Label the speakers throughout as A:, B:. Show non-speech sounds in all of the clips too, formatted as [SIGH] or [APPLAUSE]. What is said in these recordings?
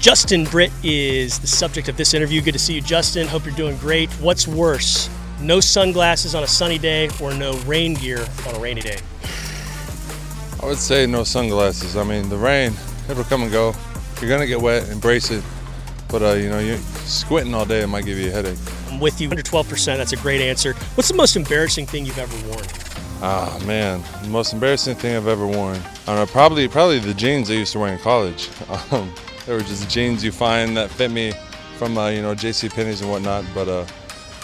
A: Justin Britt is the subject of this interview. Good to see you, Justin. Hope you're doing great. What's worse, no sunglasses on a sunny day or no rain gear on a rainy day?
B: I would say no sunglasses. I mean, the rain, it'll come and go. You're gonna get wet, embrace it. But uh, you know, you squinting all day, it might give you a headache.
A: I'm with you, under 12%. That's a great answer. What's the most embarrassing thing you've ever worn?
B: Ah man, the most embarrassing thing I've ever worn. I don't know, probably probably the jeans I used to wear in college. [LAUGHS] Um, they were just jeans you find that fit me from uh, you know J.C. Penney's and whatnot, but uh,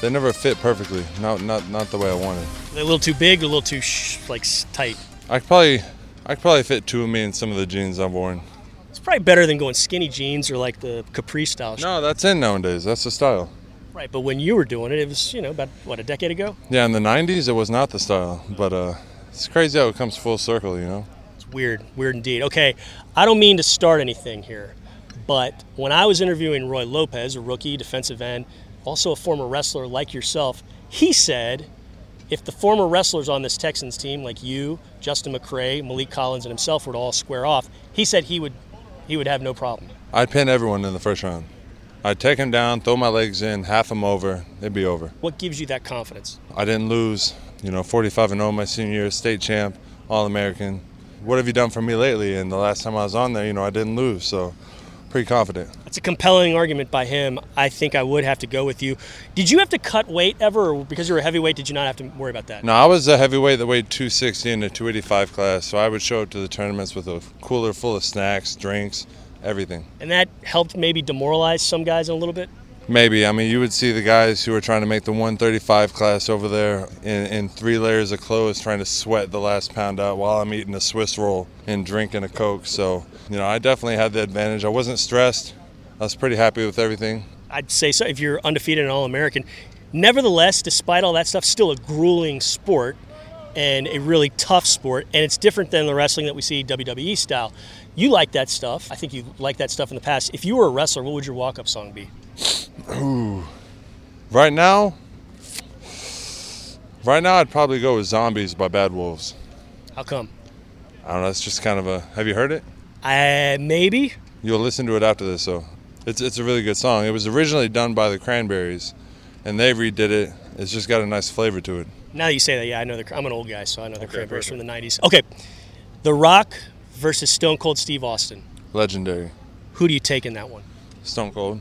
B: they never fit perfectly. Not not not the way I wanted.
A: Are they a little too big, a little too sh- like s- tight.
B: I could probably I could probably fit two of me in some of the jeans I've worn.
A: It's probably better than going skinny jeans or like the capri style. sh-
B: No, that's in nowadays. That's the style.
A: Right, but when you were doing it, it was you know about what a decade ago.
B: Yeah, in the '90s it was not the style, but uh, it's crazy how it comes full circle, you know.
A: It's weird, weird indeed. Okay, I don't mean to start anything here, but when I was interviewing Roy Lopez, a rookie defensive end, also a former wrestler like yourself, he said if the former wrestlers on this Texans team, like you, Justin McCray, Malik Collins, and himself, were to all square off, he said he would he would have no problem.
B: I'd pin everyone in the first round. I'd take him down, throw my legs in, half him over, it'd be over.
A: What gives you that confidence?
B: I didn't lose, you know, 45 and 0 my senior year, state champ, All American. What have you done for me lately? And the last time I was on there, you know, I didn't lose, so pretty confident.
A: That's a compelling argument by him. I think I would have to go with you. Did you have to cut weight ever, or because you were a heavyweight, did you not have to worry about that?
B: Now, I was a heavyweight that weighed 260 in the 285 class, so I would show up to the tournaments with a cooler full of snacks, drinks, everything.
A: And that helped maybe demoralize some guys a little bit.
B: Maybe. I mean, you would see the guys who were trying to make the 135 class over there in, in three layers of clothes, trying to sweat the last pound out while I'm eating a Swiss roll and drinking a Coke. So, you know, I definitely had the advantage. I wasn't stressed. I was pretty happy with everything.
A: I'd say so if you're undefeated and all American. Nevertheless, despite all that stuff, still a grueling sport and a really tough sport. And it's different than the wrestling that we see WWE style. You like that stuff. I think you like that stuff in the past. If you were a wrestler, what would your walk up song be?
B: Right now, right now, I'd probably go with Zombies by Bad Wolves.
A: How come?
B: I don't know. It's just kind of a. Have you heard it?
A: I Uh, maybe.
B: You'll listen to it after this, so it's it's a really good song. It was originally done by the Cranberries, and they redid it. It's just got a nice flavor to it.
A: Now that you say that, yeah, I know the. Cra- I'm an old guy, so I know the Cranberries from the '90s. Okay, The Rock versus Stone Cold Steve Austin.
B: Legendary.
A: Who do you take in that one?
B: Stone Cold.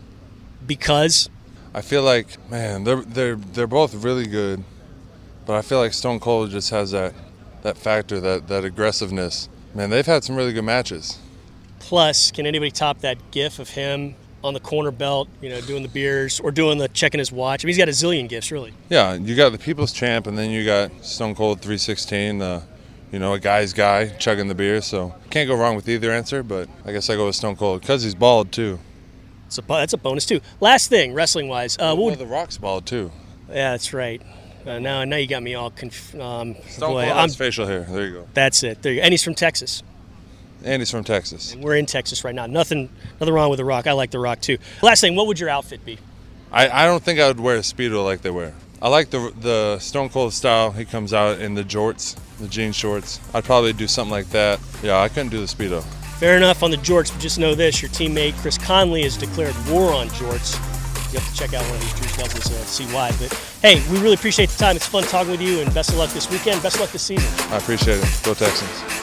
A: Because
B: I feel like man, they're they're they're both really good, but I feel like Stone Cold just has that that factor, that that aggressiveness. Man, they've had some really good matches.
A: plus, can anybody top that GIF of him on the corner belt, you know, doing the beers or doing the checking his watch? I mean, he's got a zillion gifts, really.
B: Yeah, you got the People's Champ, and then you got Stone Cold 316. Uh, you know, a guy's guy chugging the beer, so can't go wrong with either answer. But I guess I go with Stone Cold because he's bald too.
A: So that's a bonus too. Last thing, wrestling wise, uh, what
B: Well,
A: would,
B: the Rock's bald too.
A: yeah, that's right. Uh, now, now you got me all conf- um,
B: Stone
A: boy,
B: Cold
A: I'm,
B: has facial hair. There you go.
A: that's it. There you go. And he's from Texas.
B: And he's from Texas.
A: We're in Texas right now. Nothing, nothing wrong with the Rock. I like the Rock too. Last thing, what would your outfit be?
B: I, I don't think I would wear a speedo like they wear. I like the the Stone Cold style. He comes out in the jorts, the jean shorts. I'd probably do something like that. Yeah, I couldn't do the speedo.
A: Fair enough on the jorts, but just know this: your teammate Chris Conley has declared war on jorts. You have to check out one of these Drew Cousins to see why. But hey, we really appreciate the time. It's fun talking with you, and best of luck this weekend. Best of luck this season.
B: I appreciate it. Go Texans.